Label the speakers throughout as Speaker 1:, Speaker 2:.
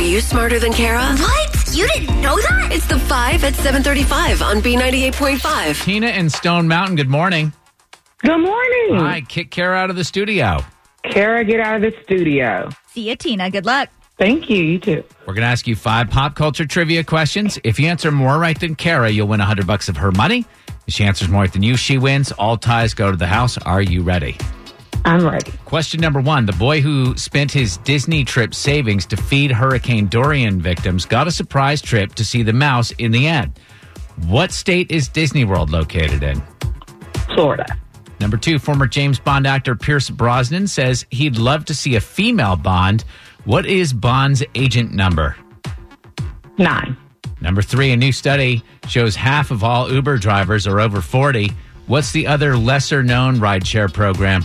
Speaker 1: you smarter than Kara?
Speaker 2: What? You didn't know that?
Speaker 1: It's the 5 at 735 on B98.5.
Speaker 3: Tina in Stone Mountain, good morning.
Speaker 4: Good morning.
Speaker 3: Hi, kick Kara out of the studio.
Speaker 4: Kara, get out of the studio.
Speaker 2: See ya, Tina. Good luck.
Speaker 4: Thank you. You too.
Speaker 3: We're going to ask you five pop culture trivia questions. If you answer more right than Kara, you'll win 100 bucks of her money. If she answers more right than you, she wins. All ties go to the house. Are you ready?
Speaker 4: I'm ready.
Speaker 3: Question number one The boy who spent his Disney trip savings to feed Hurricane Dorian victims got a surprise trip to see the mouse in the end. What state is Disney World located in?
Speaker 4: Florida.
Speaker 3: Number two, former James Bond actor Pierce Brosnan says he'd love to see a female Bond. What is Bond's agent number?
Speaker 4: Nine.
Speaker 3: Number three, a new study shows half of all Uber drivers are over 40. What's the other lesser known rideshare program?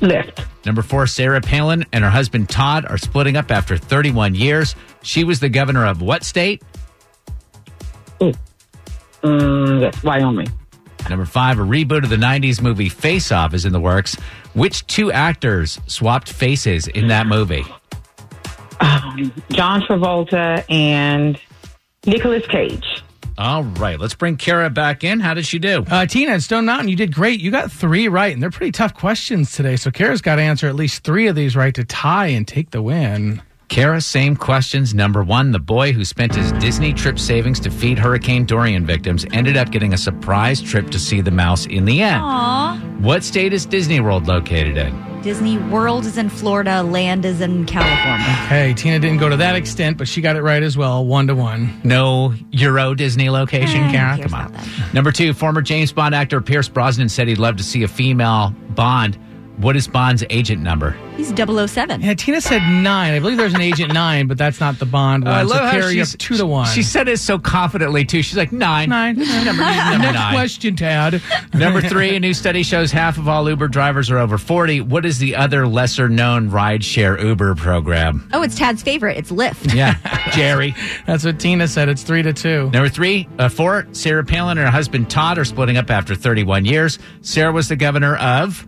Speaker 4: Lift.
Speaker 3: Number four, Sarah Palin and her husband Todd are splitting up after 31 years. She was the governor of what state?
Speaker 4: Mm, that's Wyoming.
Speaker 3: Number five, a reboot of the 90s movie Face Off is in the works. Which two actors swapped faces in that movie?
Speaker 4: Um, John Travolta and Nicolas Cage.
Speaker 3: All right, let's bring Kara back in. How did she do?
Speaker 5: Uh, Tina at Stone Mountain, you did great. You got three right, and they're pretty tough questions today. So Kara's got to answer at least three of these right to tie and take the win.
Speaker 3: Kara, same questions. Number one, the boy who spent his Disney trip savings to feed Hurricane Dorian victims ended up getting a surprise trip to see the mouse in the end.
Speaker 2: Aw.
Speaker 3: What state is Disney World located in?
Speaker 2: Disney World is in Florida, land is in California.
Speaker 5: Hey, Tina didn't go to that extent, but she got it right as well, one to one.
Speaker 3: No Euro Disney location,
Speaker 2: Eh, who
Speaker 3: Kara?
Speaker 2: cares
Speaker 3: Come on.
Speaker 2: about
Speaker 3: Number two, former James Bond actor Pierce Brosnan said he'd love to see a female Bond. What is Bond's agent number?
Speaker 2: He's 007.
Speaker 5: Yeah, Tina said nine. I believe there's an agent nine, but that's not the Bond
Speaker 3: Uh,
Speaker 5: one. so Kara, you're up two to one.
Speaker 3: She said it so confidently, too. She's like, nine.
Speaker 5: nine.
Speaker 3: Number, number
Speaker 5: Next
Speaker 3: nine.
Speaker 5: question, Tad.
Speaker 3: Number three, a new study shows half of all Uber drivers are over 40. What is the other lesser known rideshare Uber program?
Speaker 2: Oh, it's Tad's favorite. It's Lyft.
Speaker 3: Yeah, Jerry.
Speaker 5: That's what Tina said. It's three to two.
Speaker 3: Number three, uh, four, Sarah Palin and her husband Todd are splitting up after 31 years. Sarah was the governor of.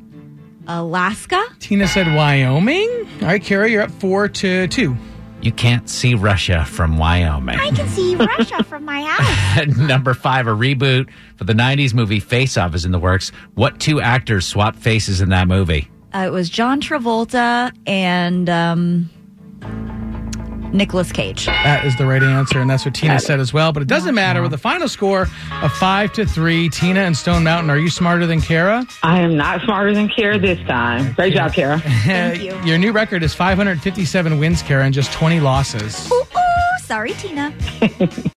Speaker 2: Alaska?
Speaker 5: Tina said Wyoming. All right, Kara, you're up four to two.
Speaker 3: You can't see Russia from Wyoming.
Speaker 6: I can see Russia from my house.
Speaker 3: Number five, a reboot for the 90s movie Face Off is in the works. What two actors swapped faces in that movie?
Speaker 2: Uh, it was John Travolta and um, Nicolas Cage.
Speaker 5: That is the right answer, and that's what Tina said as well. But it doesn't matter with the final score of five to three. Tina and Stone Mountain, are you smarter than Kara?
Speaker 4: I am not smarter than Kara this time. Great job, Kara.
Speaker 5: Thank you. Uh, Your new record is 557 wins, Kara, and just 20 losses.
Speaker 2: Ooh, sorry, Tina.